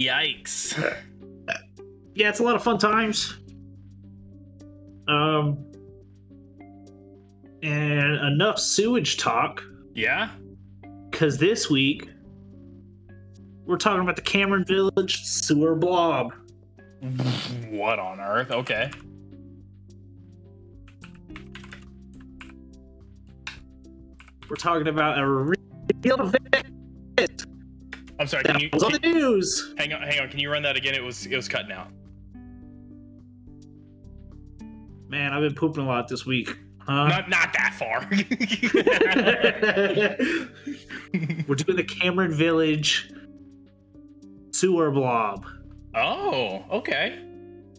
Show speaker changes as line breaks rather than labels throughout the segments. Yikes. yeah, it's a lot of fun times. Um, and enough sewage talk
Yeah?
because this week we're talking about the Cameron Village sewer blob.
What on earth? Okay.
We're talking about a real event
I'm sorry, can
that
you
was on the news.
hang on hang on, can you run that again? It was it was cutting out.
Man, I've been pooping a lot this week. Huh?
Not not that far.
we're doing the Cameron Village sewer blob,
oh, okay.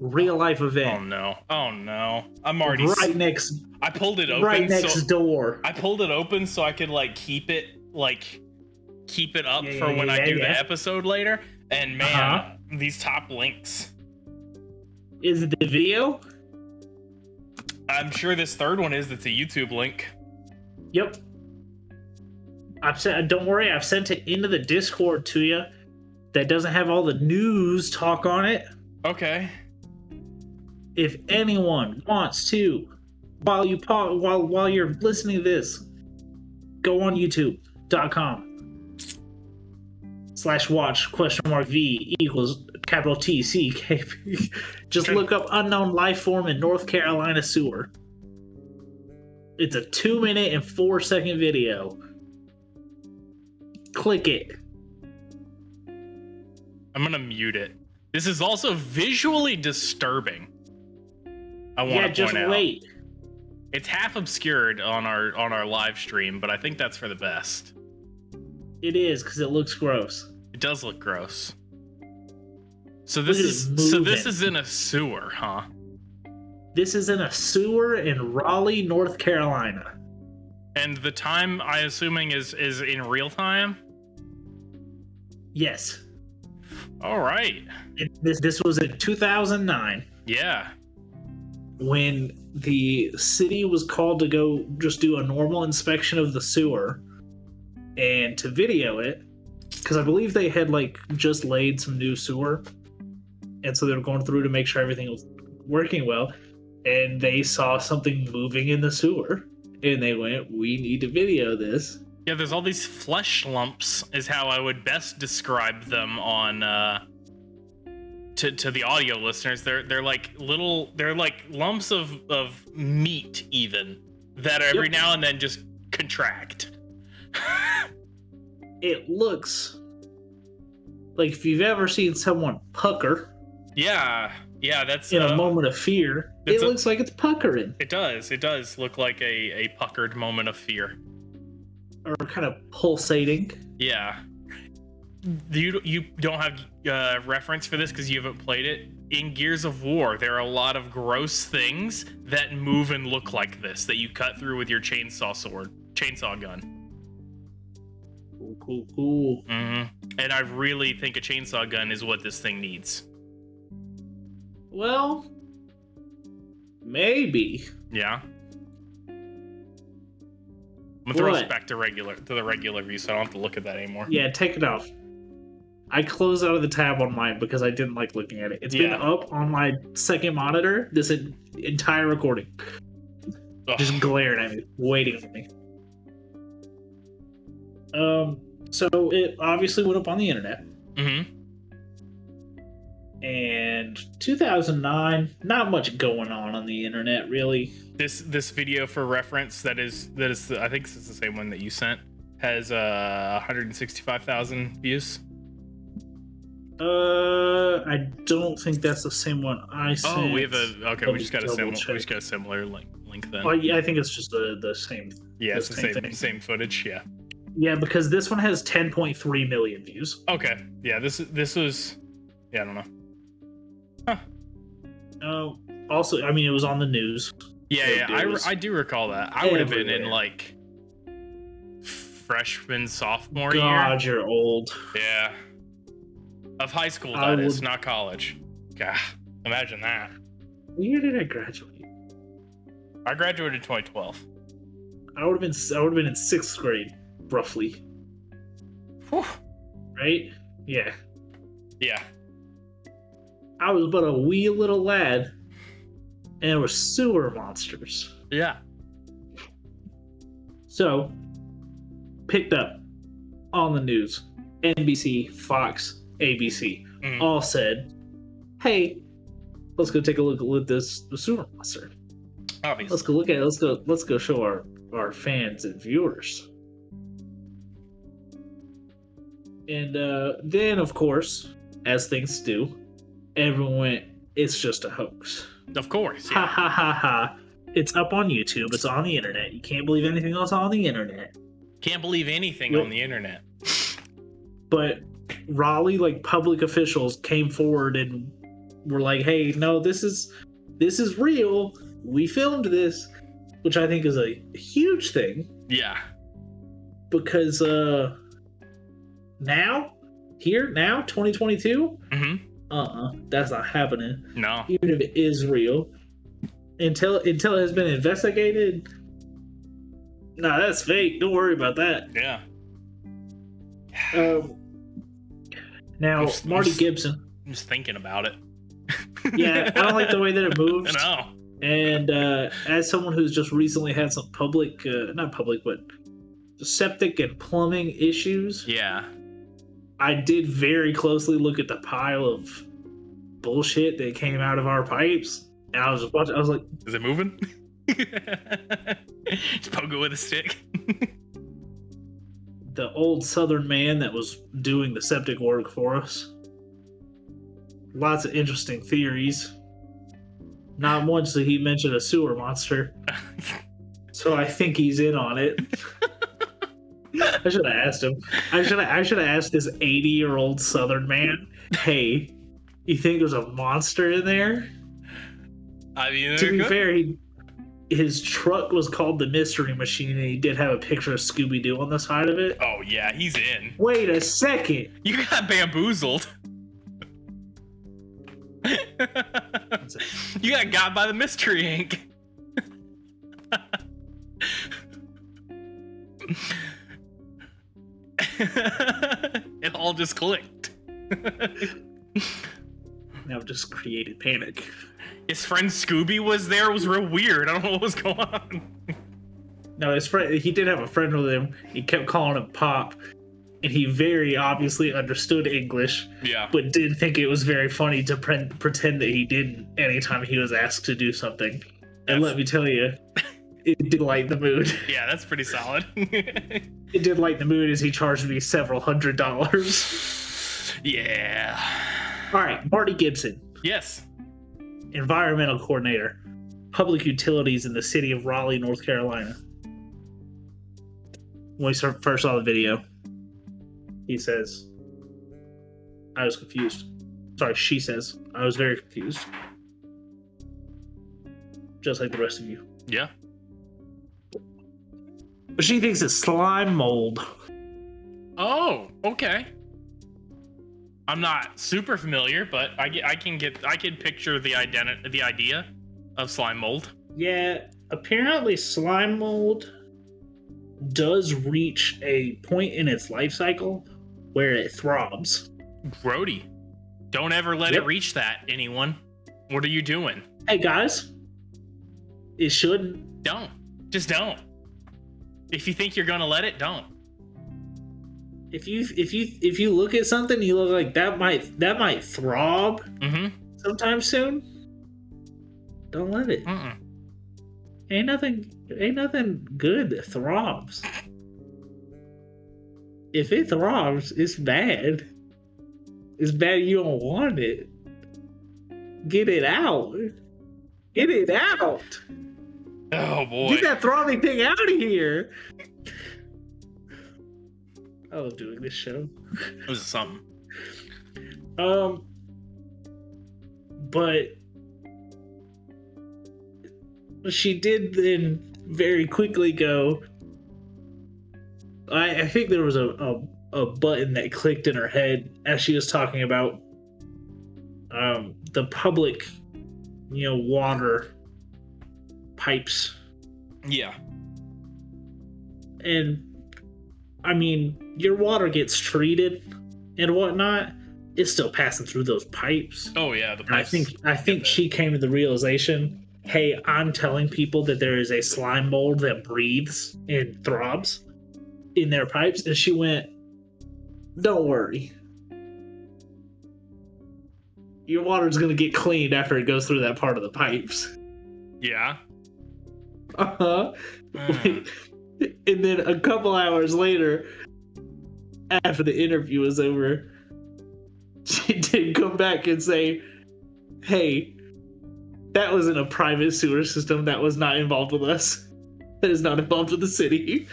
real life
Oh
event,
no. Oh no. I'm already s-
right next,
I pulled it open
right next
so
door.
I pulled it open so I could like keep it like keep it up
Yeah,
for
yeah,
when I
yeah,
do
yeah.
the episode later. And man,
Uh-huh.
these top links.
Is it the video?
I'm sure this third one is that's a YouTube link.
Yep. I've sent. Don't worry, I've sent it into the Discord to you. That doesn't have all the news talk on it.
Okay.
If anyone wants to, while you pa- while while you're listening to this, go on YouTube.com slash watch question mark v equals capital T C K P. Just
Okay.
look up unknown life form in North Carolina sewer. It's a two minute and four second video. Click it.
I'm gonna mute it. This is also visually disturbing. I want
Yeah,
to
just
point out
wait.
it's half obscured on our on our live stream, but I think that's for the best.
It is because it looks gross.
It does look gross. So this
at it
is so this
moving.
is in a sewer, huh?
This is in a sewer in Raleigh, North Carolina.
And the time I assuming is is in real time.
Yes.
All right.
And This this was in 2009
Yeah.
when the city was called to go just do a normal inspection of the sewer and to video it because I believe they had like just laid some new sewer and so they were going through to make sure everything was working well and they saw something moving in the sewer and they went we need to video this
Yeah, there's all these flesh lumps is how I would best describe them on uh to to the audio listeners. They're they're like little they're like lumps of of meat even that every
Yep.
now and then just contract.
it looks like if you've ever seen someone pucker
Yeah. Yeah, that's
in a
uh,
moment of fear, it
it's a-
looks like it's puckering
it does. It does look like a a puckered moment of fear.
or kind of pulsating.
Yeah. Do You you don't have uh, reference for this because you haven't played it. In Gears of War, there are a lot of gross things that move and look like this that you cut through with your chainsaw sword, chainsaw gun.
Cool, cool, cool.
hmm And I really think a chainsaw gun is what this thing needs.
Well, maybe.
Yeah. I'm gonna throw this
What?
back to regular to the regular view, so I don't have to look at that anymore.
Yeah, take it off. I closed out of the tab on mine because I didn't like looking at it. It's been
Yeah.
up on my second monitor this en- entire recording,
Ugh.
just glaring at me, waiting for me. Um, so it obviously went up on the internet.
Mhm.
and 2009 not much going on on the internet really
This this video for reference that is that is I think this is the same one that you sent has uh 165,000 views.
uh i don't think that's the same one i sent.
Oh, we have a okay.
Let
We
me
just got a
double
similar. We
check.
just got a similar link, link then.
Oh, yeah, i think it's just the, the same
yeah, it's the
the
same
same
same,
thing.
footage. Yeah.
yeah because this one has 10.3 million views
Okay. Yeah. This is this was. Yeah, I don't know.
oh also i mean it was on the news
Yeah,
Yeah,
yeah.
dude,
I,
it
re-
was
I do recall that. I would have been in
everywhere.
like freshman sophomore
god you're old
year. Yeah. Of high school,
I
that is
would-
not college. God, imagine that.
what year did i graduate
I graduated 2012.
i would have been i would have been in sixth grade roughly
Whew.
right yeah
Yeah.
I was but a wee little lad, and there were sewer monsters.
Yeah.
So, picked up on the news NBC, Fox, ABC
Mm.
all said, hey, let's go take a look at this sewer monster.
Obviously.
Let's go look at it. Let's go. Let's go show our our fans and viewers. And uh, then, of course, as things do, everyone went, "It's just a hoax."
Of course.
Ha
Yeah.
ha ha ha! It's up on YouTube. It's on the internet. You can't believe anything else on the internet.
Can't believe anything
Yep.
on the internet.
But Raleigh, like public officials, came forward and were like, "Hey, no, this is this is real. We filmed this," which I think is a huge thing.
Yeah.
because uh now here now 2022
hmm
uh-uh that's not happening
No.
even if it is real until until it has been investigated nah that's fake don't worry about that
Yeah.
um now
Just-
marty
just-
gibson
I'm just thinking about it.
yeah i don't like the way that it moves
No.
and uh as someone who's just recently had some public uh not public but septic and plumbing issues
Yeah.
I did very closely look at the pile of bullshit that came out of our pipes, and I was just watching. I was like,
Is it moving? just poke it with a stick.
the old Southern man that was doing the septic work for us. Lots of interesting theories. Not once did he mention a sewer monster, so I think he's in on it. I should have asked him. I should have. I should have asked this eighty-year-old Southern man, "Hey, you think there's a monster in there?"
I mean,
to be
good.
fair, he, his truck was called the Mystery Machine, and he did have a picture of Scooby Doo on the side of it.
Oh yeah, he's in.
Wait a second.
You got bamboozled. you got got by the mystery ink. it all just clicked.
Now just created panic.
His friend Scooby was there. It was real weird. I don't know what was going on.
No, his friend. He did have a friend with him. He kept calling him Pop, and he very obviously understood English,
Yeah.
but did think it was very funny to pre- pretend that he didn't anytime he was asked to do something.
That's-
And let me tell you, it did light the mood.
Yeah, that's pretty solid.
It did light the mood as he charged me several hundred dollars.
yeah.
All right, Marty Gibson.
Yes.
environmental coordinator, public utilities in the city of Raleigh, North Carolina. When we ser- first saw the video, he says, I was confused. Sorry, she says, I was very confused. Just like the rest of you.
Yeah.
But she thinks it's slime mold.
Oh, okay. I'm not super familiar, but I, get, I can get I can picture the identi- the idea of slime mold.
Yeah, apparently slime mold does reach a point in its life cycle where it throbs.
Grody, don't ever let
Yep.
it reach that. Anyone, what are you doing?
hey guys, it shouldn't.
Don't, just don't. If you think you're gonna let it, don't.
If you if you if you look at something, you look like that might that might throb
Mm-hmm.
sometime soon. Don't let it.
Mm-mm.
Ain't nothing ain't nothing good that throbs. If it throbs, it's bad. It's bad. You don't want it. Get it out. Get it out.
Oh boy.
Get that throbbing thing out of here. I love doing this show.
This is something.
Um, but she did then very quickly go. I, I think there was a, a a button that clicked in her head as she was talking about um the public, you know, water pipes
Yeah.
and I mean, your water gets treated and whatnot, it's still passing through those pipes.
Oh yeah, the
And I
pipes.
think I think she came to the realization, hey, I'm telling people that there is a slime mold that breathes and throbs in their pipes, and she went, Don't worry. Your water's gonna get cleaned after it goes through that part of the pipes.
Yeah.
Uh-huh.
Mm.
and then a couple hours later, after the interview was over, she did come back and say, Hey, that was in a private sewer system that was not involved with us. That is not involved with the city.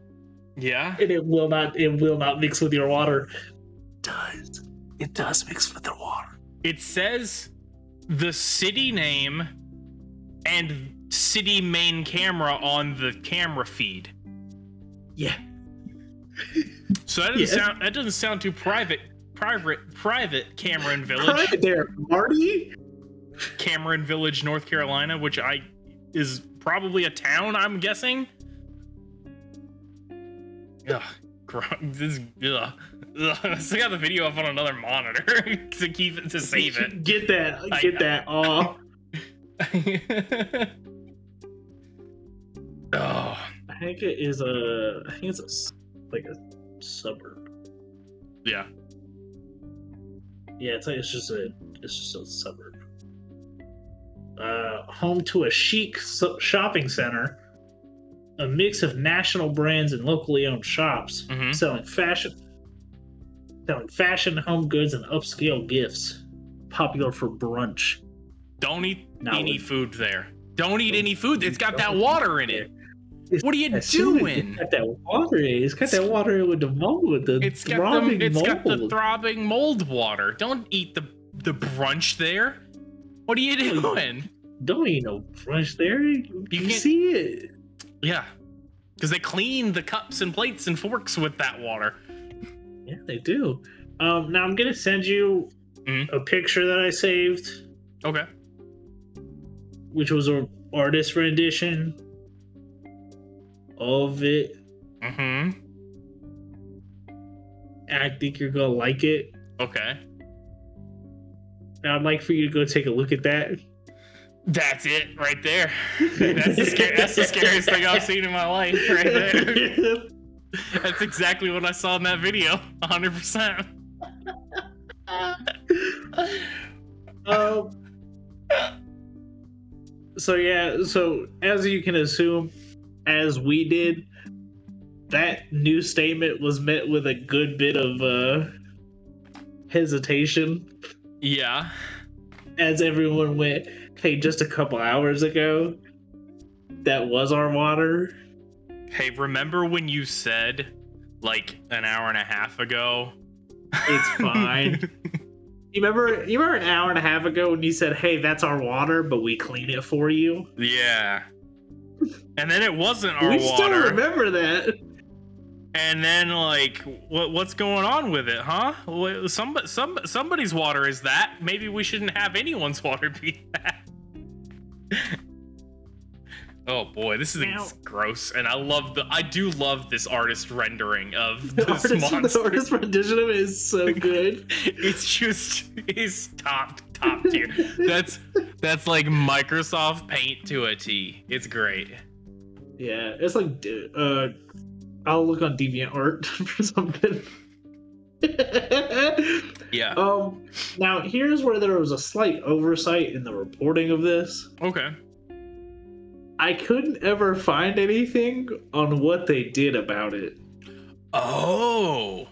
yeah.
And it will not it will not mix with your water. It does. It does mix with the water.
It says the city name and city main camera on the camera feed.
Yeah.
So that doesn't
Yeah.
sound that doesn't sound too private. Private private Cameron Village,
Right there, Marty.
Cameron Village, North Carolina, which I is probably a town. I'm guessing. Ugh, gro- this ugh. Ugh, I still got the video up on another monitor to keep it to save it.
Get that
I
get
know.
that off.
oh,
I think it is a I think it's a s like a suburb.
yeah.
Yeah, it's like it's just a it's just a suburb. Uh, home to a chic so- shopping center, a mix of national brands and locally owned shops
hmm
selling fashion, selling fashion, home goods, and upscale gifts. Popular for brunch.
Don't eat
Not
any
with-
food there. Don't eat any food. It's got that
Don't-
water in it. What are you
As soon as it's
doing?
Got that water. in, It's got that water in with the mold with the
It's got
throbbing
the it's
mold.
got the throbbing mold water. Don't eat the the brunch there. What are you doing?
Don't eat no brunch there. You,
can't-
see it.
Yeah, because they clean the cups and plates and forks with that water.
Yeah, they do. Um, now I'm gonna send you
Mhm.
a picture that I saved,
Okay.
which was a artist rendition of it.
Mm-hmm.
I think you're gonna like it.
Okay.
And I'd like for you to go take a look at that.
That's it right there. That's the, scar- that's the scariest thing I've seen in my life right there. That's exactly what I saw in that video. 100%.
um, so yeah, so as you can assume, as we did, that new statement was met with a good bit of uh, hesitation.
Yeah.
as everyone went, hey, just a couple hours ago, that was our water.
Hey, remember when you said like an hour and a half ago?
It's fine. you remember? You remember an hour and a half ago when you said, hey, that's our water, but we clean it for you.
yeah. And then it wasn't our
we still
water.
remember that.
and then like what what's going on with it, huh? Wha- Some some somebody's water is that. Maybe we shouldn't have anyone's water be that. Oh boy, this is
Now-
gross, and I love the I do love this artist rendering of
The
this
artist, the
monster.
artist rendition of it is so good.
it's just it's top top tier. That's that's like Microsoft Paint to a T. It's great.
yeah, it's like, dude, uh, I'll look on DeviantArt for something.
Yeah.
um, now here's where there was a slight oversight in the reporting of this.
Okay.
I couldn't ever find anything on what they did about it.
Oh.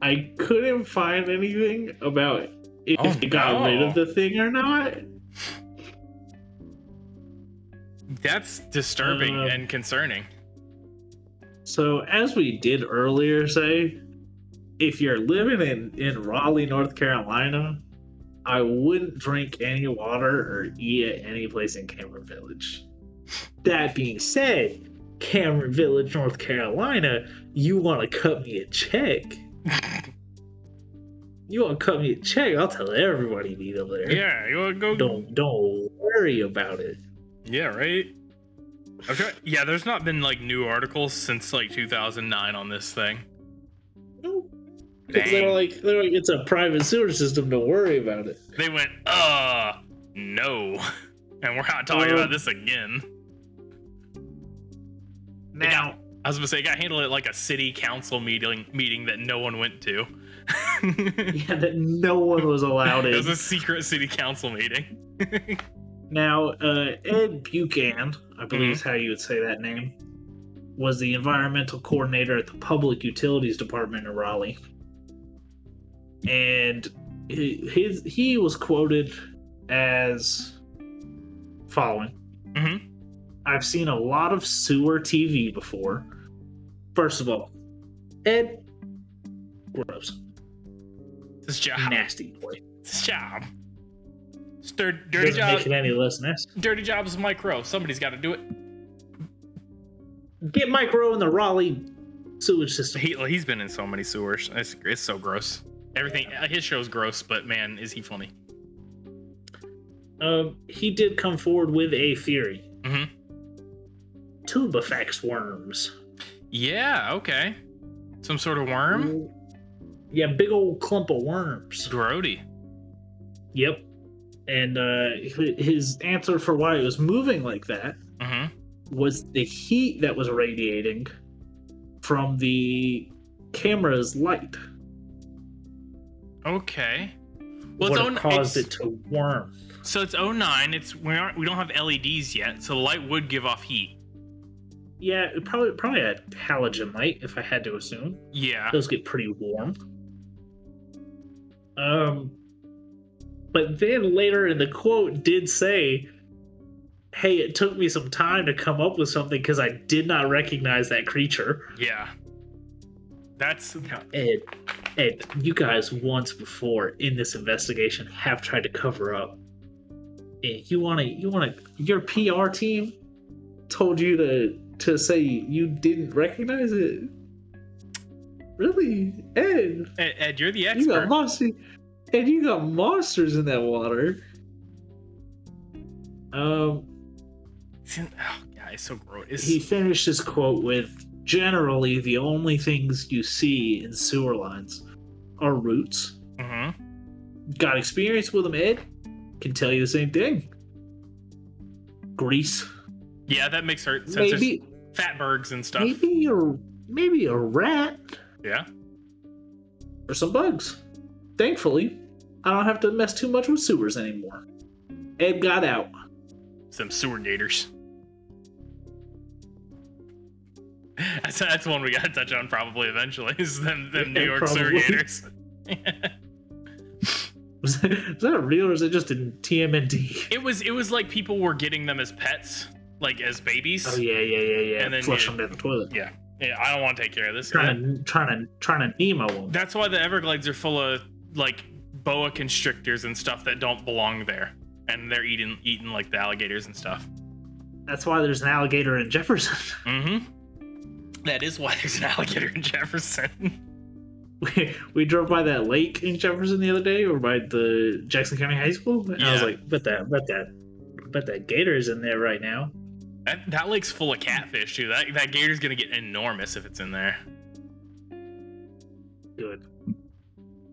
I couldn't find anything about if
Oh,
they got
no.
rid of the thing or not.
That's disturbing
Um,
and concerning.
So, as we did earlier say, if you're living in, in Raleigh, North Carolina, I wouldn't drink any water or eat at any place in Cameron Village. That being said, Cameron Village, North Carolina, you want to cut me a check? you want to cut me a check? I'll tell everybody you need up there.
Yeah, you wanna go
Don't don't worry about it.
Yeah, right? Okay. Yeah, there's not been like new articles since like 2009 on this thing.
No, Because they were
Dang.
like, they were like, it's a private sewer system. Don't worry about it.
They went, uh, no. And we're not talking
Um,
about this again.
Now,
I was gonna say, got handled at like a city council meeting meeting that no one went to.
yeah, that no one was allowed
it
in.
was a secret city council meeting.
Now, uh, Ed Buchan, I believe
Mm-hmm.
is how you would say that name, was the environmental coordinator at the Public Utilities Department in Raleigh, and he- his he was quoted as following:
Mhm.
"I've seen a lot of sewer TV before. First of all, Ed, gross,
This job.
nasty boy.
This job. It's dir- dirty
Doesn't
job.
make it any less nasty."
Dirty job is micro. Somebody's got to do it.
Get Mike Rowe in the Raleigh sewage system.
He, he's been in so many sewers. It's, it's so gross. Everything. uh, His show's gross, but man, is he funny.
um, he did come forward with a theory.
Mhm.
Tubifax worms.
Yeah. Okay. Some sort of worm.
Yeah, big old clump of worms.
Grody.
Yep. And uh, hi- his answer for why it was moving like that
Mm-hmm.
was the heat that was radiating from the camera's light.
Okay. it's
Well, what
own-
caused
it's-
it to worm.
So it's 09. It's we aren't we don't have LEDs yet, so the light would give off heat.
Yeah, it probably probably had halogen light, if I had to assume.
Yeah.
those get pretty warm. Um, but then later in the quote did say, "Hey, it took me some time to come up with something because I did not recognize that creature."
Yeah. That's
And and you guys once before in this investigation have tried to cover up. And you want to, you want to, your PR team told you to to say you didn't recognize it. Really, Ed?
Ed, E-, Ed, you're the
You got
expert.
mossy, and you got monsters in that water. Um,
It's in- Oh, yeah, it's so gross. It's-
he finished his quote with, "Generally, the only things you see in sewer lines are roots.
Mhm.
Got experience with them, Ed? Can tell you the same thing. Grease,
Yeah, that makes her sense. There's
maybe,
fatbergs and stuff.
maybe a, maybe a rat
Yeah.
or some bugs. Thankfully, I don't have to mess too much with sewers anymore." Ed got out.
Some sewer gators. That's, that's one we got to touch on probably eventually. Is them, them New
Yeah,
York sewer
probably.
gators.
Was that, was that real or is it just in TMNT?
It was it was like people were getting them as pets, like as babies.
Oh yeah, yeah, yeah, yeah.
And then
Flush
you-
them down the toilet.
Yeah, I don't want to take care of this.
Trying to, trying to, trying to Nemo them.
That's why the Everglades are full of like boa constrictors and stuff that don't belong there, and they're eating eating like the alligators and stuff.
That's why there's an alligator in Jefferson.
Mm-hmm. That is why there's an alligator in Jefferson.
we, we drove by that lake in Jefferson the other day, or by the Jackson County High School, and I was
Yeah.
like, "Bet that, bet that, bet that gator is in there right now."
that, that lake's full of catfish too. That that gator's gonna get enormous if it's in there.
Good.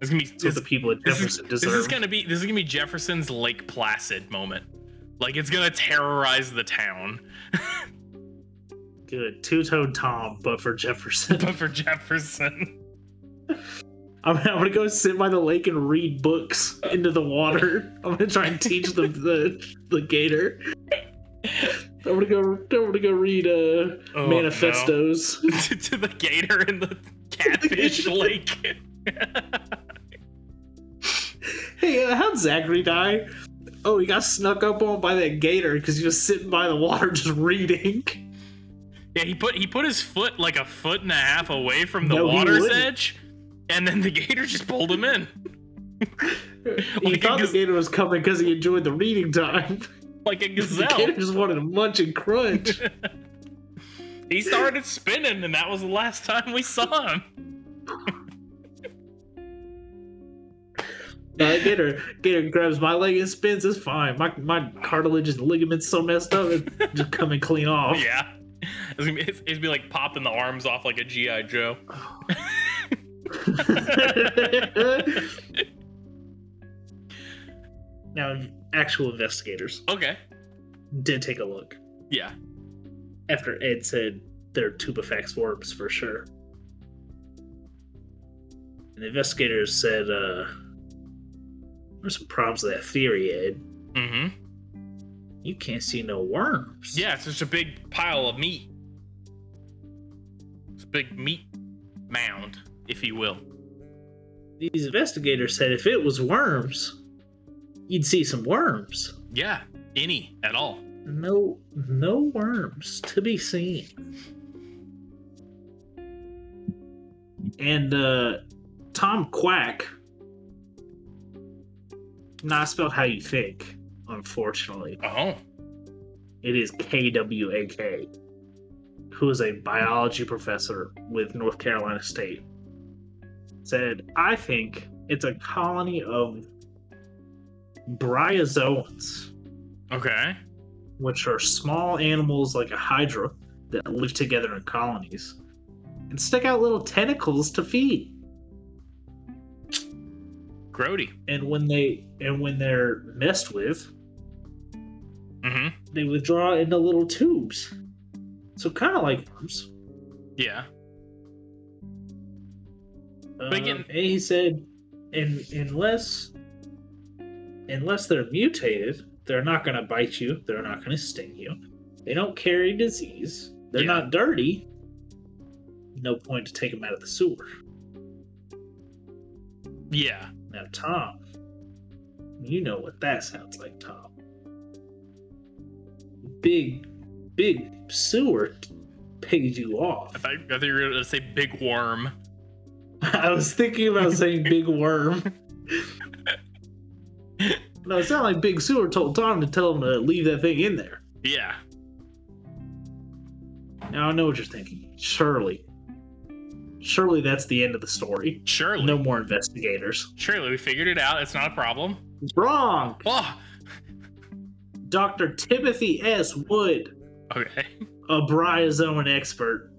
It's gonna be
That's what the people at
this, is,
Jefferson
this
deserve.
is gonna be this is gonna be Jefferson's Lake Placid moment. Like it's gonna terrorize the town,
Good. Two-toed Tom, but for Jefferson.
but for Jefferson,
I'm, I'm gonna go sit by the lake and read books into the water. I'm gonna try and teach the the, the gator. I'm gonna go. I'm gonna go read uh,
Oh, no.
manifestos.
to, to the gator in the catfish lake.
Hey, uh, how'd Zachary die? Oh, he got snuck up on by that gator because he was sitting by the water just reading.
Yeah, he put he put his foot like a foot and a half away from the
No, he
water's
wouldn't.
edge, and then the gator just pulled him in.
He
Like a
thought the
gaz-
gator was coming because he enjoyed the reading time.
Like a
The gator
gazelle.
just wanted to munch and crunch.
he started spinning, and that was the last time we saw him.
Now, that gator, gator grabs my leg and spins. It's fine. My my cartilage and ligaments so messed up, it just come and clean off.
Yeah. It's gonna be, it's, it'd be like popping the arms off like a G.I. Joe.
now, actual investigators
Okay.
did take a look
Yeah.
after Ed said they're tubifax worms for sure. And the investigators said, uh, there's some problems with that theory, Ed.
Mm-hmm.
You can't see no worms.
Yeah, it's just a big pile of meat. It's a big meat mound, if you will.
These investigators said if it was worms, you'd see some worms.
Yeah. Any at all.
No, no worms to be seen. And uh, Tom Quack, not spelled how you think, unfortunately.
Oh.
It is KWAK, who is a biology professor with North Carolina State, said, I think it's a colony of bryozoans,
Okay.
which are small animals like a hydra that live together in colonies and stick out little tentacles to feed.
Grody.
And when they and when they're messed with,
Mm-hmm.
they withdraw into little tubes. So kind of like worms.
Yeah.
But
again-
and Uh, he said, "In unless unless they're mutated, they're not going to bite you. They're not going to sting you. They don't carry disease. They're
Yeah.
not dirty. No point to take them out of the sewer."
Yeah.
Now, Tom, you know what that sounds like, Tom. Big, big sewer paid you
I
off.
thought, I thought you were gonna say big worm.
I was thinking about saying big worm. No, it sounded like Big Sewer told Tom to tell him to leave that thing in there.
Yeah.
Now I know what you're thinking. Surely. Surely that's the end of the story.
Surely.
No more investigators.
Surely we figured it out. It's not a problem.
Wrong!
Oh.
Dr. Timothy S. Wood,
Okay.
a bryozoan expert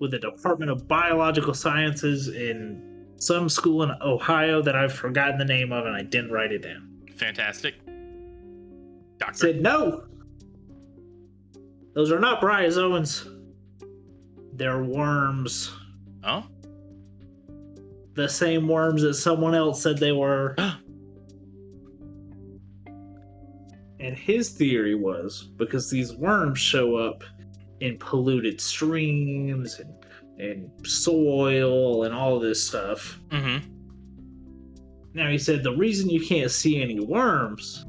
with the Department of Biological Sciences in some school in Ohio that I've forgotten the name of and I didn't write it down.
Fantastic. Doctor.
said no those are not bryozoans they're worms
oh.
the same worms that someone else said they were and his theory was because these worms show up in polluted streams and and soil and all this stuff
Mm-hmm.
now he said the reason you can't see any worms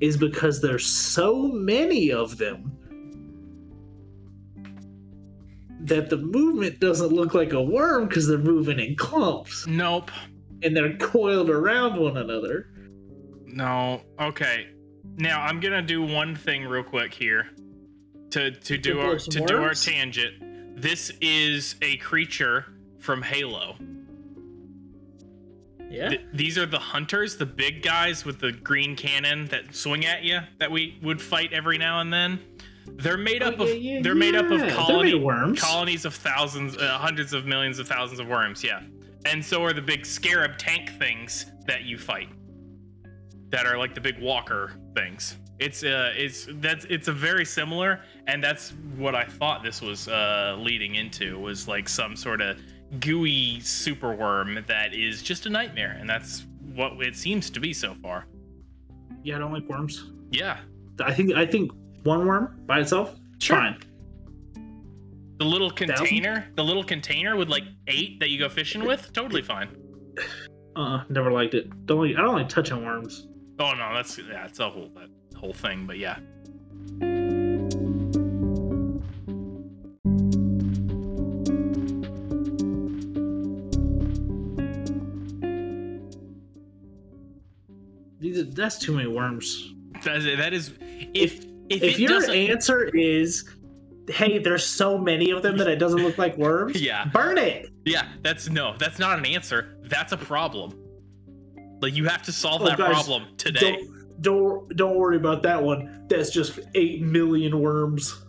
is because there's so many of them that the movement doesn't look like a worm because they're moving in clumps
Nope.
and they're coiled around one another.
No. Okay. Now I'm gonna do one thing real quick here. To to do
blow
our
some
to do our
worms?
tangent. This is a creature from Halo.
Yeah.
Th- these are the hunters, the big guys with the green cannon that swing at you that we would fight every now and then. They're made
Oh,
up of
yeah, yeah,
they're made up
yeah.
of
They're made
colony
of worms.
colonies of thousands, uh, hundreds of millions of thousands of worms. Yeah, and so are the big scarab tank things that you fight. That are like the big walker things. It's uh, it's that's it's a very similar, and that's what I thought this was uh leading into was like some sort of gooey superworm that is just a nightmare, and that's what it seems to be so far.
Yeah, I don't like worms.
Yeah,
I think I think one worm by itself,
Sure.
fine.
the little container, the little container with like eight that you go fishing with, totally fine.
Uh, never liked it. Don't like, I don't like touching worms.
Oh no, that's yeah, it's a whole that whole thing, but yeah.
These are, that's too many worms.
That is, that is if if,
If
it
your
doesn't
answer is, "Hey, there's so many of them that it doesn't look like worms,"
Yeah.
burn it.
Yeah, that's no, that's not an answer. That's a problem. Like you have to solve
Oh,
that
guys,
problem today.
Don't, don't don't worry about that one. That's just eight million worms.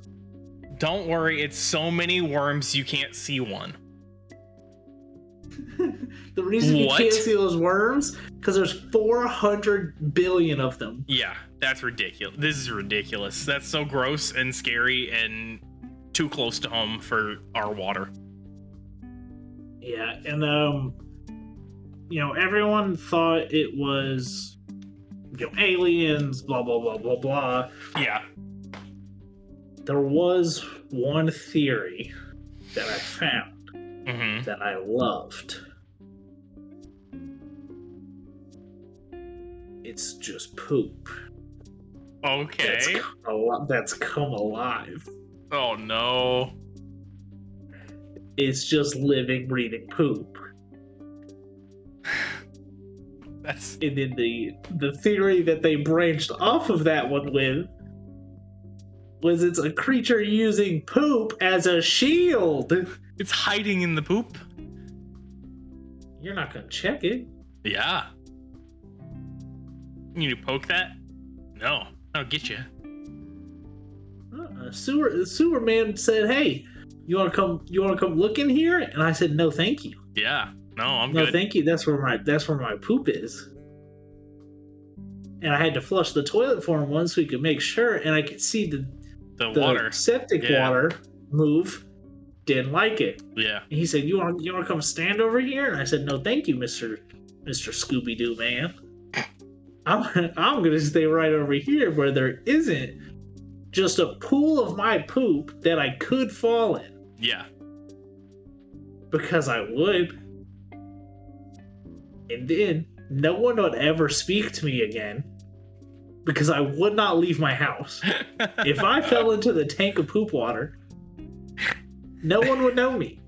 Don't worry, it's so many worms you can't see one.
the reason you
What?
can't see those worms because there's 400 billion of them.
Yeah, that's ridiculous. This is ridiculous. That's so gross and scary and too close to home for our water.
Yeah, and um, you know, everyone thought it was, you know, aliens, blah blah blah blah blah.
Yeah.
There was one theory that I found
Mm-hmm.
that I loved. It's just poop. That's,
Okay.
come al- that's come alive.
Oh no.
It's just living, breathing poop.
That's
and then the the theory that they branched off of that one with was it's a creature using poop as a shield.
it's hiding in the poop.
You're not gonna check it.
Yeah. You need to poke that? No. I'll get you.
Uh-uh. Sewer sewer man said, "Hey, you wanna come? You wanna come look in here?" And I said, "No, thank you.
Yeah. No, I'm
No,
good.
thank you. That's where my that's where my poop is." And I had to flush the toilet for him once so he could make sure, and I could see the,
the
the
water.
septic
Yeah.
water move. Didn't like it.
Yeah.
And he said, "You want you want to come stand over here?" And I said, "No, thank you, Mister Mister Scooby Doo man. I'm I'm gonna stay right over here where there isn't just a pool of my poop that I could fall in
Yeah.
because I would." And then no one would ever speak to me again because I would not leave my house. If I fell into the tank of poop water, no one would know me.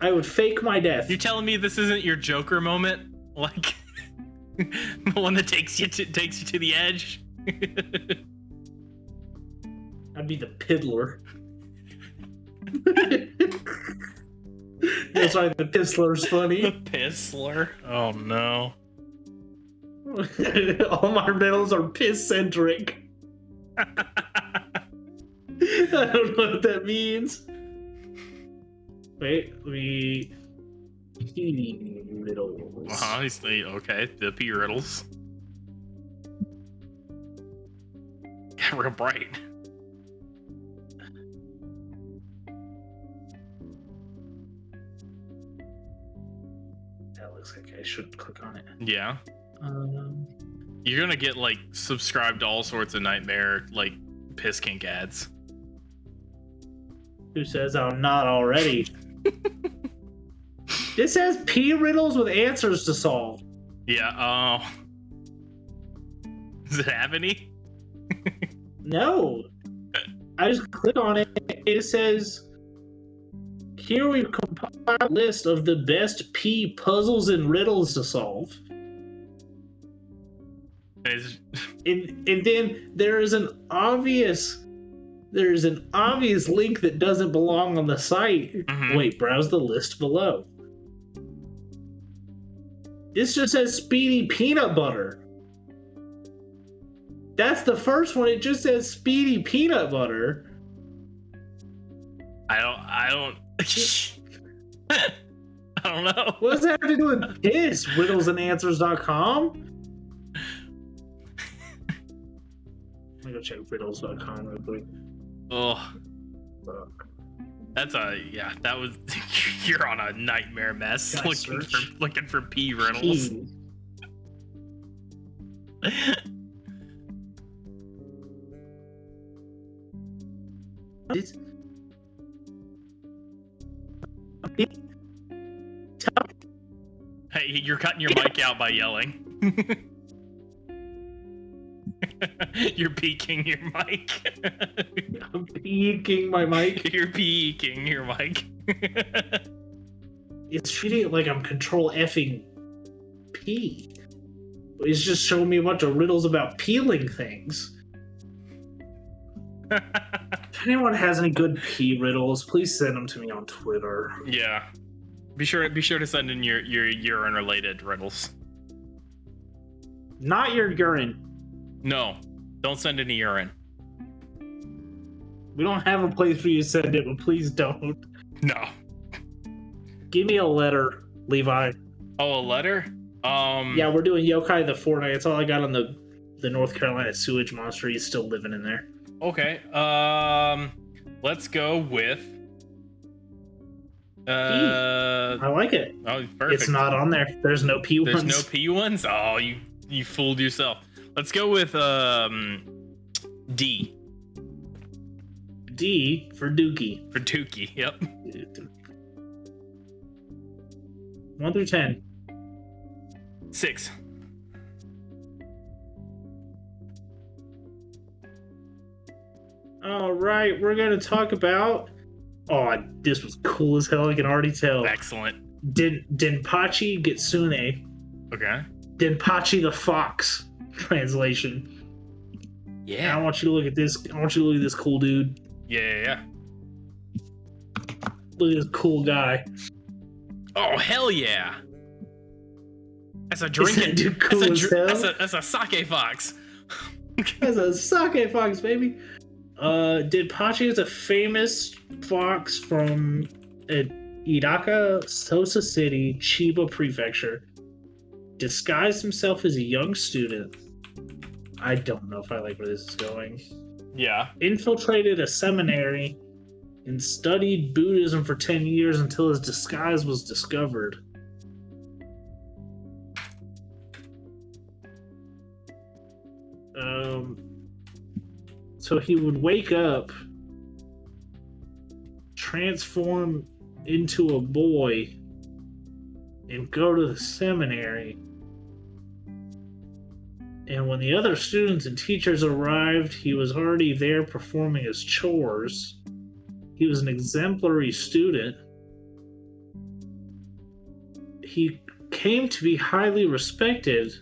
I would fake my death.
You're telling me this isn't your Joker moment? Like the one that takes you to takes you to the edge?
I'd be the piddler. That's why the pistler's
The
funny.
Pissler. Oh no.
All my riddles are piss centric. I don't know what that means. Wait, let me. Riddles.
Uh-huh, he's the- okay. The P riddles. Got real bright.
That looks like I should click on it.
Yeah.
Um,
You're gonna get like subscribed to all sorts of nightmare like piss kink ads.
who says I'm not already? this has P riddles with answers to solve.
Yeah, oh. Does it have any?
No. I just click on it. It says, "Here we've compiled a list of the best P puzzles and riddles to solve."
It's-
And and then there is an obvious there is an obvious link that doesn't belong on the site.
mhm.
Wait, browse the list below. This just says Speedy Peanut Butter. That's the first one. It just says Speedy Peanut Butter.
I don't I don't I don't know.
What does that have to do with piss? Riddlesandanswers.com? Let me go check riddles.com real quick.
Oh, that's a yeah. That was you're on a nightmare mess
Can I
looking
search?
for looking for P riddles.
P. It's...
hey, you're cutting your mic out by yelling. you're peeking your mic.
I'm peeking my mic.
you're peeking your mic.
It's treating it like I'm control effing P. It's just showing me a bunch of riddles about peeling things. If anyone has any good P riddles, please send them to me on Twitter.
yeah. Be sure be sure to send in your your urine related riddles.
Not your urine.
No, don't send any urine.
We don't have a place for you to send it, but please don't.
No.
Give me a letter, Levi.
Oh, a letter? Um,
Yeah, we're doing Yokai the Fortnite. That's all I got on the the North Carolina sewage monster. He's still living in there.
Okay. Um, let's go with. Uh,
I like it.
oh, perfect.
Hmm. It's not on there. There's no P
There's
ones.
no P ones. Oh, you you fooled yourself. Let's go with um, D
D for Dookie.
for Tukey. Yep.
One through ten.
Six.
All right, we're gonna talk about. Oh, this was cool as hell. I can already tell.
Excellent.
Den- Denpachi Gitsune.
Okay.
Denpachi the Fox translation. And I
Yeah.
want you to look at this. I want you to look at this cool dude.
Yeah. Yeah. yeah.
Look at this cool guy.
Oh hell yeah! That's a drinking.
dude
That's
cool
a,
as
dr-
hell?
that's a that's a sake fox.
That's a sake fox, baby. Uh, Denpachi is a famous fox from uh, Idaka, Sosa City, Chiba Prefecture. Disguised himself as a young student. I don't know if I like where this is going.
Yeah.
infiltrated a seminary and studied Buddhism for 10 years until his disguise was discovered. Um, so he would wake up, transform into a boy, and go to the seminary. And when the other students and teachers arrived, he was already there performing his chores. He was an exemplary student. He came to be highly respected.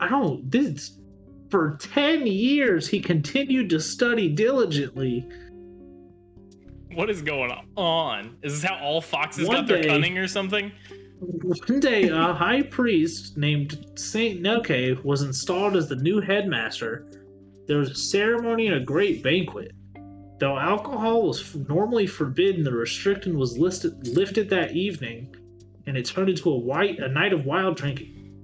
I don't this for 10 years he continued to study diligently.
What is going on? Is this how all foxes
One
got their
day-
cunning or something?
One day, a high priest named Saint Noke was installed as the new headmaster. There was a ceremony and a great banquet. Though alcohol was f- normally forbidden, the restriction was listed, lifted that evening, and it turned into a white a night of wild drinking.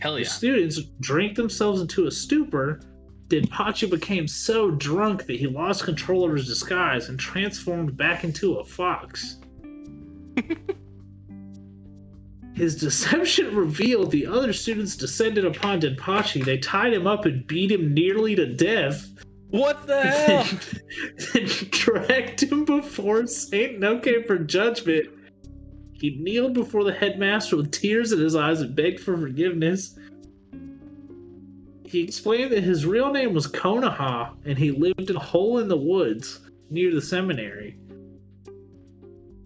Hell
The
yeah!
students drank themselves into a stupor. Then Pacha became so drunk that he lost control of his disguise and transformed back into a fox. His deception revealed the other students descended upon Denpachi. They tied him up and beat him nearly to death,
What the hell?
then dragged him before Saint Noke for judgment. He kneeled before the headmaster with tears in his eyes and begged for forgiveness. He explained that his real name was Konoha and he lived in a hole in the woods near the seminary.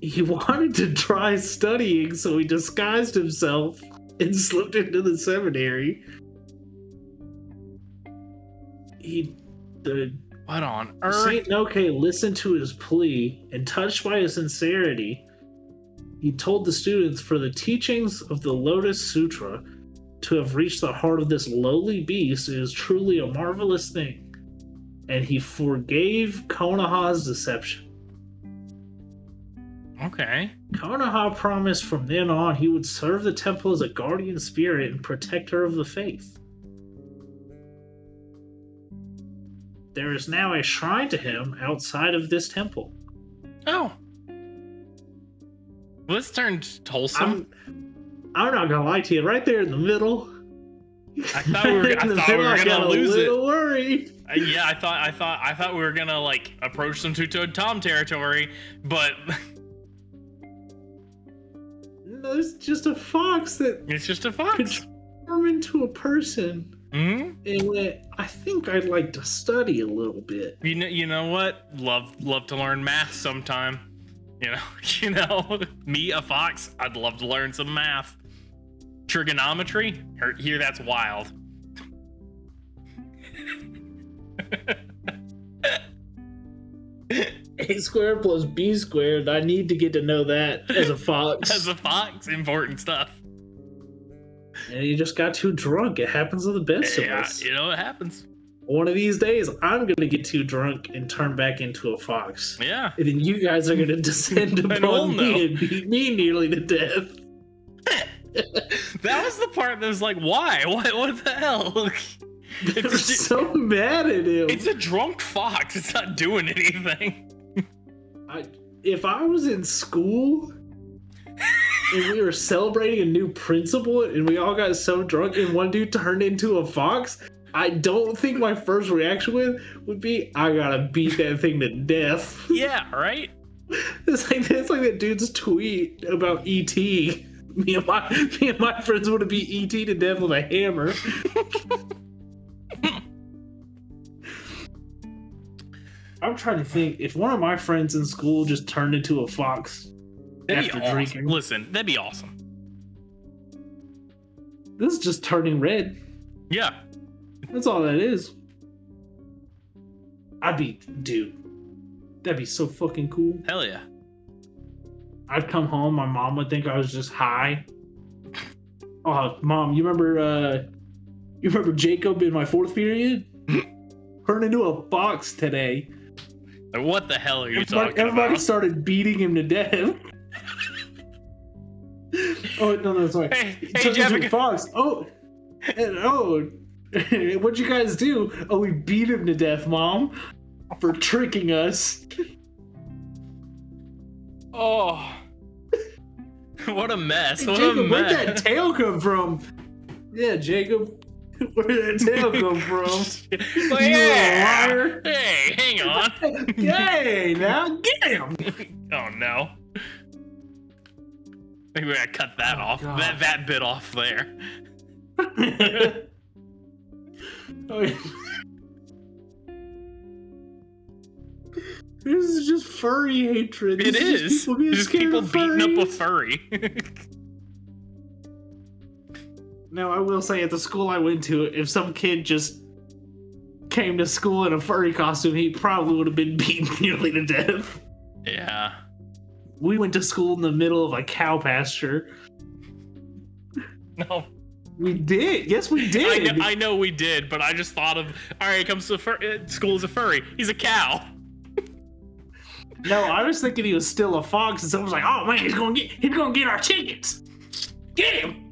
He wanted to try studying, so he disguised himself and slipped into the seminary. He, the
what on earth?
Saint Noke listened to his plea and touched by his sincerity, he told the students for the teachings of the Lotus Sutra to have reached the heart of this lowly beast is truly a marvelous thing. And he forgave Konoha's deception.
Okay.
Konoha promised from then on he would serve the temple as a guardian spirit and protector of the faith. There is now a shrine to him outside of this temple.
Oh. Well, this turned wholesome.
I'm, I'm not gonna lie to you. Right there in the middle.
I thought we were,
In
I
the
thought we
middle,
were
got
gonna lose
a
it.
little worried.
Uh, yeah, I thought I thought I thought we were gonna like approach some two-toed Tom territory, but
No, it's just a fox that
it's just a fox.
turned into a person
hmm
and went. I think I'd like to study a little bit.
You know, you know what? Love love to learn math sometime. You know, you know, me a fox. I'd love to learn some math, trigonometry. Hear, hear that's wild.
A squared plus B squared. I need to get to know that as a fox.
As a fox, important stuff.
and he just got too drunk. It happens to the best of
Yeah,
us.
you know it happens.
one of these days, I'm gonna get too drunk and turn back into a fox.
Yeah.
And then you guys are gonna descend
And we'll
upon
know.
me and beat me nearly to death.
That was the part that was like, why? What, what the hell?
I'm
It's a,
so mad at him.
it's a drunk fox. It's not doing anything.
I, if I was in school and we were celebrating a new principal and we all got so drunk and one dude turned into a fox, I don't think my first reaction would, would be, I gotta beat that thing to death.
Yeah, right?
It's like it's like that dude's tweet about ET. Me and my me and my friends would have beat ET to death with a hammer. I'm trying to think if one of my friends in school just turned into a fox
That'd
after
be awesome.
drinking.
Listen, that'd be awesome.
This is just turning red.
Yeah.
That's all that is. I'd be dude. That'd be so fucking cool.
Hell yeah.
I'd come home, my mom would think I was just high. Oh, mom, you remember uh you remember Jacob in my fourth period? Turned into a fox today.
Like, What the hell are you
Everybody,
talking
everybody
about?
started beating him to death. oh no no sorry.
Hey,
He
hey
turned into
Jeff,
a fox. Oh and, oh what'd you guys do? Oh we beat him to death, mom. For tricking us.
Oh. What a mess.
Hey,
What a
Jacob, where'd that
mess.
tail come from? Yeah, Jacob, where'd that tail come from?
Well,
You
yeah.
liar.
Hey, hang on.
Yay, now get him!
Oh no. Maybe I cut that
Oh,
off.
God.
That that bit off there.
Oh, yeah. This is just furry hatred.
It
This
is.
Just people being
Just
scared
people
of
beating up a
furries.
furry.
Now, I will say, at the school I went to, if some kid just came to school in a furry costume, he probably would have been beaten nearly to death.
yeah.
we went to school in the middle of a cow pasture.
No.
We did. Yes, we
I
did.
know, I know we did, but I just thought of all right. It comes to fur- uh, school as a furry. He's a cow.
no, I was thinking he was still a fox, and someone was like, "Oh man, he's gonna get, he's gonna get our chickens. Get him."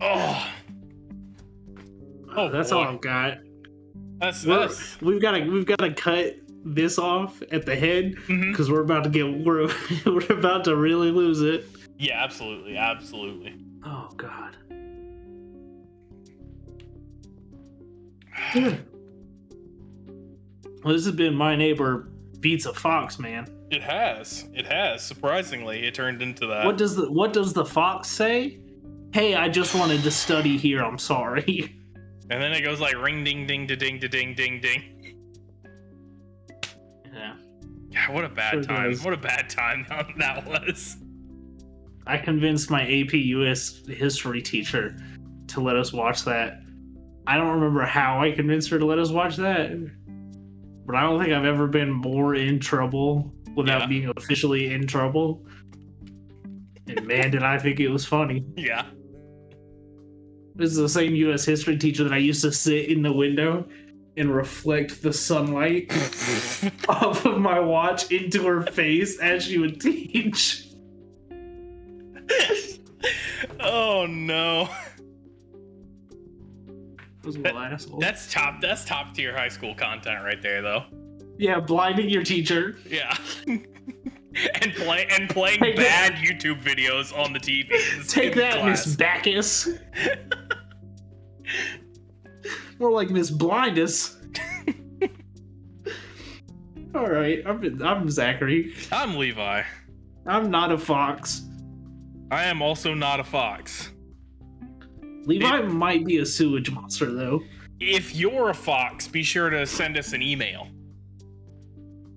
Oh, Oh,
that's
boy.
all I've got.
that's
We're-
this.
We've got to we've got to cut this off at the head
Mhm.
because we're about to get we're we're about to really lose it.
Yeah, absolutely, absolutely.
Oh God. Yeah. Well, this has been my neighbor beats a fox, man.
It has. It has. Surprisingly, it turned into that.
What does the what does the fox say? Hey, I just wanted to study here. I'm sorry.
and then it goes like ring, ding, ding, da, ding, da, ding, ding, ding.
yeah,
Yeah, what a
Sure
bad time.
does.
What a bad time that- that was.
I convinced my AP US history teacher to let us watch that. I don't remember how I convinced her to let us watch that, but I don't think I've ever been more in trouble without
Yeah.
being officially in trouble. And man, did I think it was funny.
Yeah.
This is the same US history teacher that I used to sit in the window and reflect the sunlight off of my watch into her face as she would teach.
oh no.
Those little assholes.
That's top. That's top tier high school content right there, though.
yeah, blinding your teacher.
Yeah. and play and playing
Take
bad
that-
YouTube videos on the TV. in the same
Take that, Miss
class.
Backus. More like Miss Blindus. All right, I'm I'm Zachary.
I'm Levi.
I'm not a fox.
I am also not a fox.
Levi might be a sewage monster though.
If you're a fox, be sure to send us an email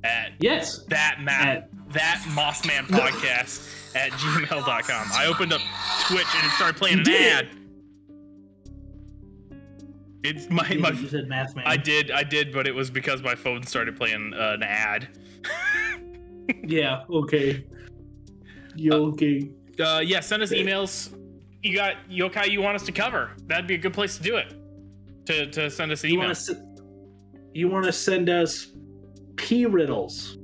at
Yes.
that map that mossman podcast at gmail.com. I opened up Twitch and it started playing
You
an
did it!
ad. It's my,
You
my
said math man.
I did, I did, but it was because my phone started playing uh, an ad.
Yeah, okay. You okay?
Uh, yeah, send us emails. You got yokai you want us to cover. That'd be a good place to do it. to, to send us an
You
email.
want to you want to send us p riddles?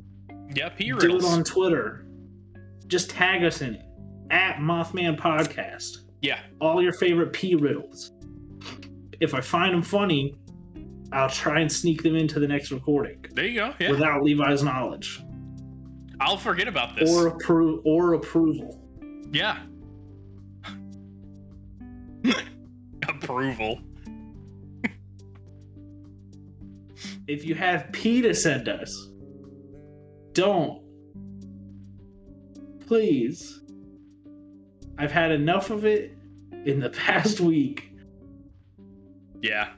yeah, P
Do
riddles.
it on Twitter. Just tag us in it at Mothman Podcast.
yeah,
All your favorite p riddles. If I find them funny, I'll try and sneak them into the next recording
there you go. Yeah,
without Levi's knowledge
I'll forget about this.
or appro- or approval.
yeah. Approval.
If you have P to send us, don't. Please. I've had enough of it in the past week.
Yeah.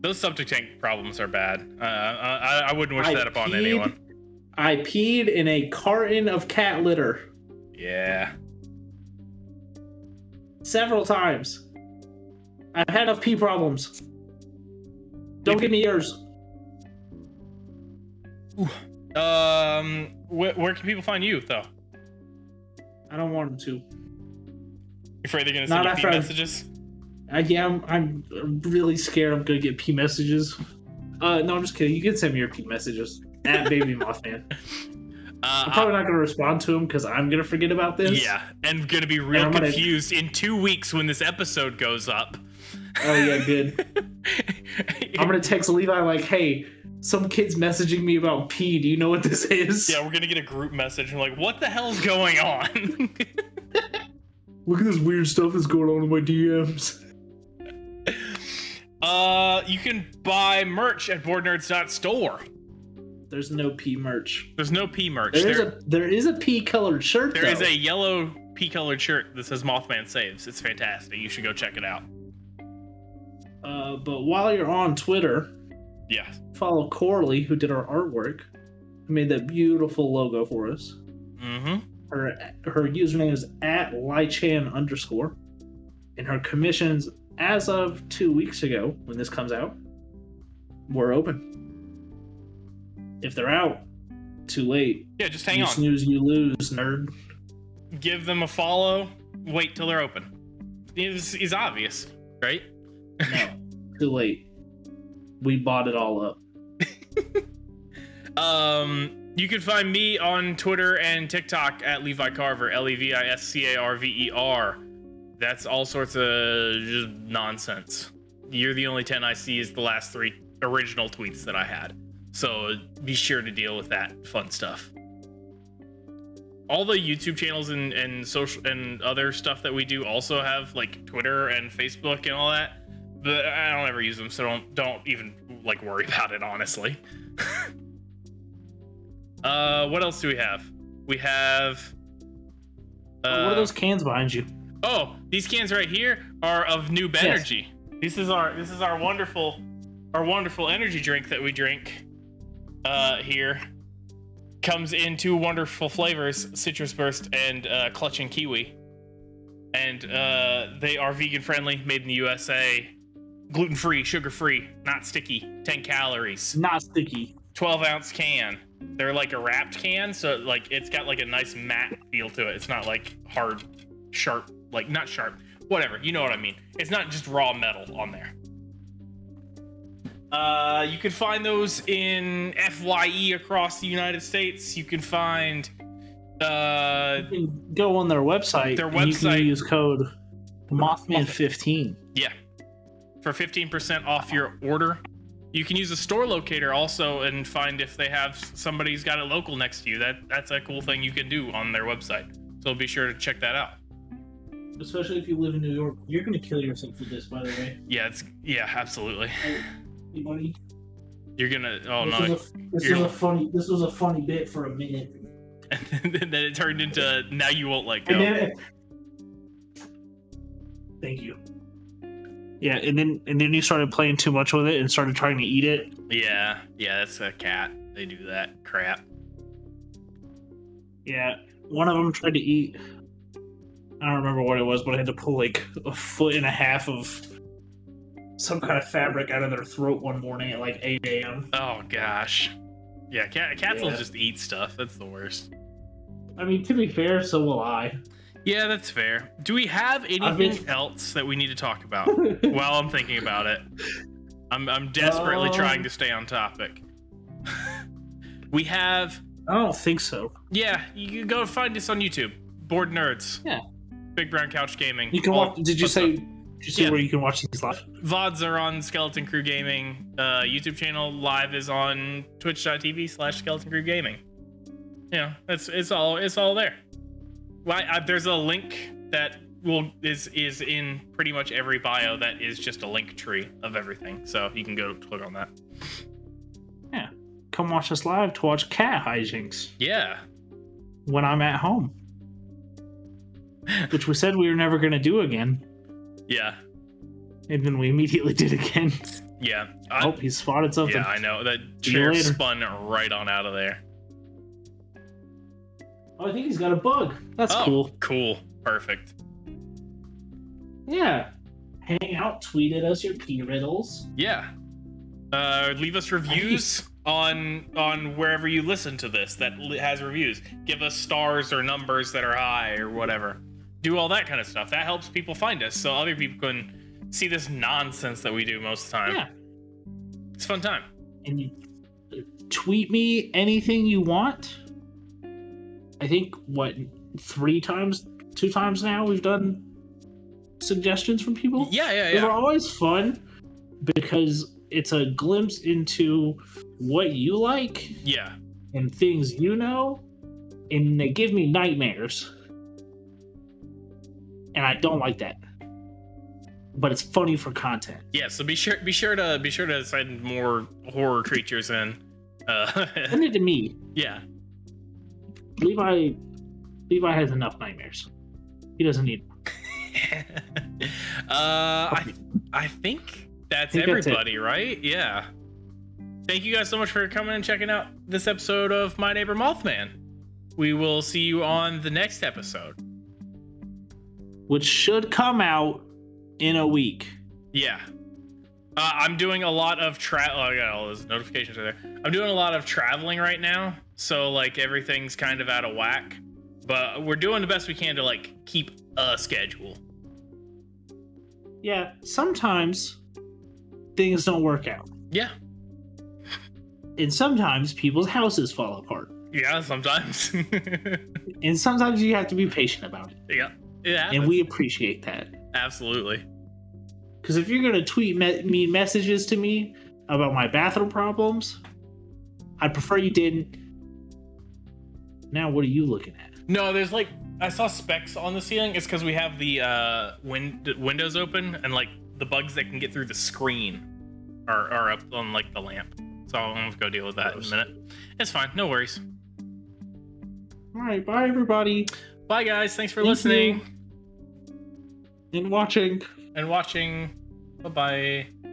Those subject tank problems are bad. Uh, I, I- I wouldn't wish
I
that upon
peed-
anyone.
I peed in a carton of cat litter
Yeah.
several times. I've had enough pee problems. Don't give me yours.
Um, wh- where can people find you though?
I don't want them to.
You afraid they're gonna send
Not
you
after
pee
I've-
messages?
I, yeah, I'm, I'm really scared I'm gonna get pee messages. Uh, no, I'm just kidding. You can send me your pee messages at Baby Mothman.
Uh,
I'm probably not going to respond to him because I'm going to forget about this.
yeah, and gonna be
And
real
I'm gonna-
confused in two weeks when this episode goes up.
Oh yeah, good. I'm going to text Levi like, "Hey, some kid's messaging me about pee. Do you know what this is?
yeah, we're gonna get a group message and like, what the hell's going on?
Look at this weird stuff that's going on in my DMs.
uh, you can buy merch at boardnerds.store.
There's no pee merch.
There's no P merch.
There is
There-
a there is a pee colored shirt.
There is
though.
a yellow pea colored shirt that says Mothman Saves. It's fantastic. You should go check it out.
Uh, but while you're on Twitter,
Yeah.
follow Coralie who did our artwork, who made that beautiful logo for us.
Mm-hmm.
Her her username is at lychan underscore, and her commissions as of two weeks ago when this comes out were open. If they're out, too late.
Yeah, just hang
you
on.
snooze, you lose, nerd.
Give them a follow. Wait till they're open. It's, it's obvious, right?
No, too late. We bought it all up.
Um, you can find me on Twitter and TikTok at Levi Carver, L E V I S C A R V E R. That's all sorts of just nonsense. You're the only 10 I see is the last three original tweets that I had. So be sure to deal with that fun stuff. All the YouTube channels and, and social and other stuff that we do also have like Twitter and Facebook and all that. But I don't ever use them, so don't don't even like worry about it honestly. Uh, what else do we have? We have. Uh,
what are those cans behind you?
Oh, these cans right here are of Noob
Yes.
Energy. This is our this is our wonderful, our wonderful energy drink that we drink. Uh, here comes in two wonderful flavors: citrus burst and uh, clutch and kiwi. And uh, they are vegan friendly, made in the USA, gluten free, sugar free, not sticky, ten calories.
It's not sticky.
12 ounce can. They're like a wrapped can, so like it's got like a nice matte feel to it. It's not like hard, sharp, like not sharp, whatever. You know what I mean. It's not just raw metal on there. Uh, you can find those in Fye across the United States. You can find uh,
You can go on their website.
Their
and you
website-
can use code Mothman15.
Yeah. For 15% off your order. You can use a store locator also and find if they have somebody's got it local next to you. That that's a cool thing you can do on their website. So be sure to check that out.
Especially if you live in New York, you're gonna kill yourself with this. By the way,
Yeah, it's yeah, absolutely.
Hey, buddy.
You're gonna oh
this
no.
was a, this
You're-
was a funny. This was a funny bit for a minute,
and then it turned into now you won't let go.
and then. Thank you. Yeah, and then and then you started playing too much with it and started trying to eat it.
yeah, yeah, that's a cat. They do that crap.
Yeah, one of them tried to eat. I don't remember what it was, but I had to pull like a foot and a half of some kind of fabric out of their throat one morning at like 8 a.m.
Oh gosh. Yeah, cat, cats will
Yeah.
just eat stuff. That's the worst.
I mean, to be fair, so will I.
Yeah, that's fair. Do we have anything
mean-
else that we need to talk about while I'm thinking about it? I'm, I'm desperately
Um,
trying to stay on topic. we have,
I don't think so.
yeah, you can go find us on YouTube. Bored Nerds.
Yeah.
Big Brown Couch Gaming.
You can
All-
watch. Did you
what's
say?
up?
Did you say
Oh, Yeah.
where you can watch these live?
VODs are on Skeleton Crew Gaming. Uh, YouTube channel live is on twitch.tv slash skeleton crew gaming. Yeah, that's it's all it's all there. Why uh, there's a link that will is is in pretty much every bio that is just a link tree of everything. So you can go click on that.
Come watch us live to watch cat hijinks
Yeah.
when I'm at home, which we said we were never going to do again,
Yeah.
and then we immediately did again.
Yeah. I,
oh, he spotted something.
yeah, I know. That
See you
chair
later.
spun right on out of there.
Oh, I think he's got a bug. That's
Oh,
cool.
Cool. Perfect.
Yeah. Hang out, tweet at us your pee riddles.
Yeah. Uh, leave us reviews on on wherever you listen to this that li- has reviews. Give us stars or numbers that are high or whatever. Do all that kind of stuff. That helps people find us so other people can see this nonsense that we do most of the time.
Yeah.
It's a fun time.
And you uh, tweet me anything you want. I think, what, three times, two times now we've done suggestions from people?
Yeah, yeah,
Those are
yeah.
always fun because it's a glimpse into what you like
Yeah.
and things you know, and they give me nightmares. And I don't like that. But it's funny for content.
Yeah, so be sure be sure to be sure to send more horror creatures in. Uh,
Send it to me.
yeah.
Levi Levi has enough nightmares. He doesn't need
uh, I, I think that's
think that's it.
everybody, right? Yeah. Thank you guys so much for coming and checking out this episode of My Neighbor Mothman. We will see you on the next episode.
which should come out in a week.
Yeah. Uh, I'm doing a lot of travel. Oh, I got all those notifications right there. I'm doing a lot of traveling right now. So, like, everything's kind of out of whack. But we're doing the best we can to, like, keep a schedule.
Yeah, sometimes things don't work out.
Yeah.
And sometimes people's houses fall apart.
Yeah, sometimes.
And sometimes you have to be patient about it.
yeah. Yeah.
And we appreciate that.
Absolutely.
Because if you're gonna tweet me- me messages to me about my bathroom problems, I'd prefer you didn't. Now, what are you looking at?
No, there's like I saw specks on the ceiling. It's because we have the uh, win- windows open and like the bugs that can get through the screen are, are up on like the lamp. So I'm gonna go deal with that in a
Gross.
minute. It's fine. No worries.
All right, bye everybody
Bye guys. Thanks for
Thank you.
listening
and watching.
and watching. Bye bye.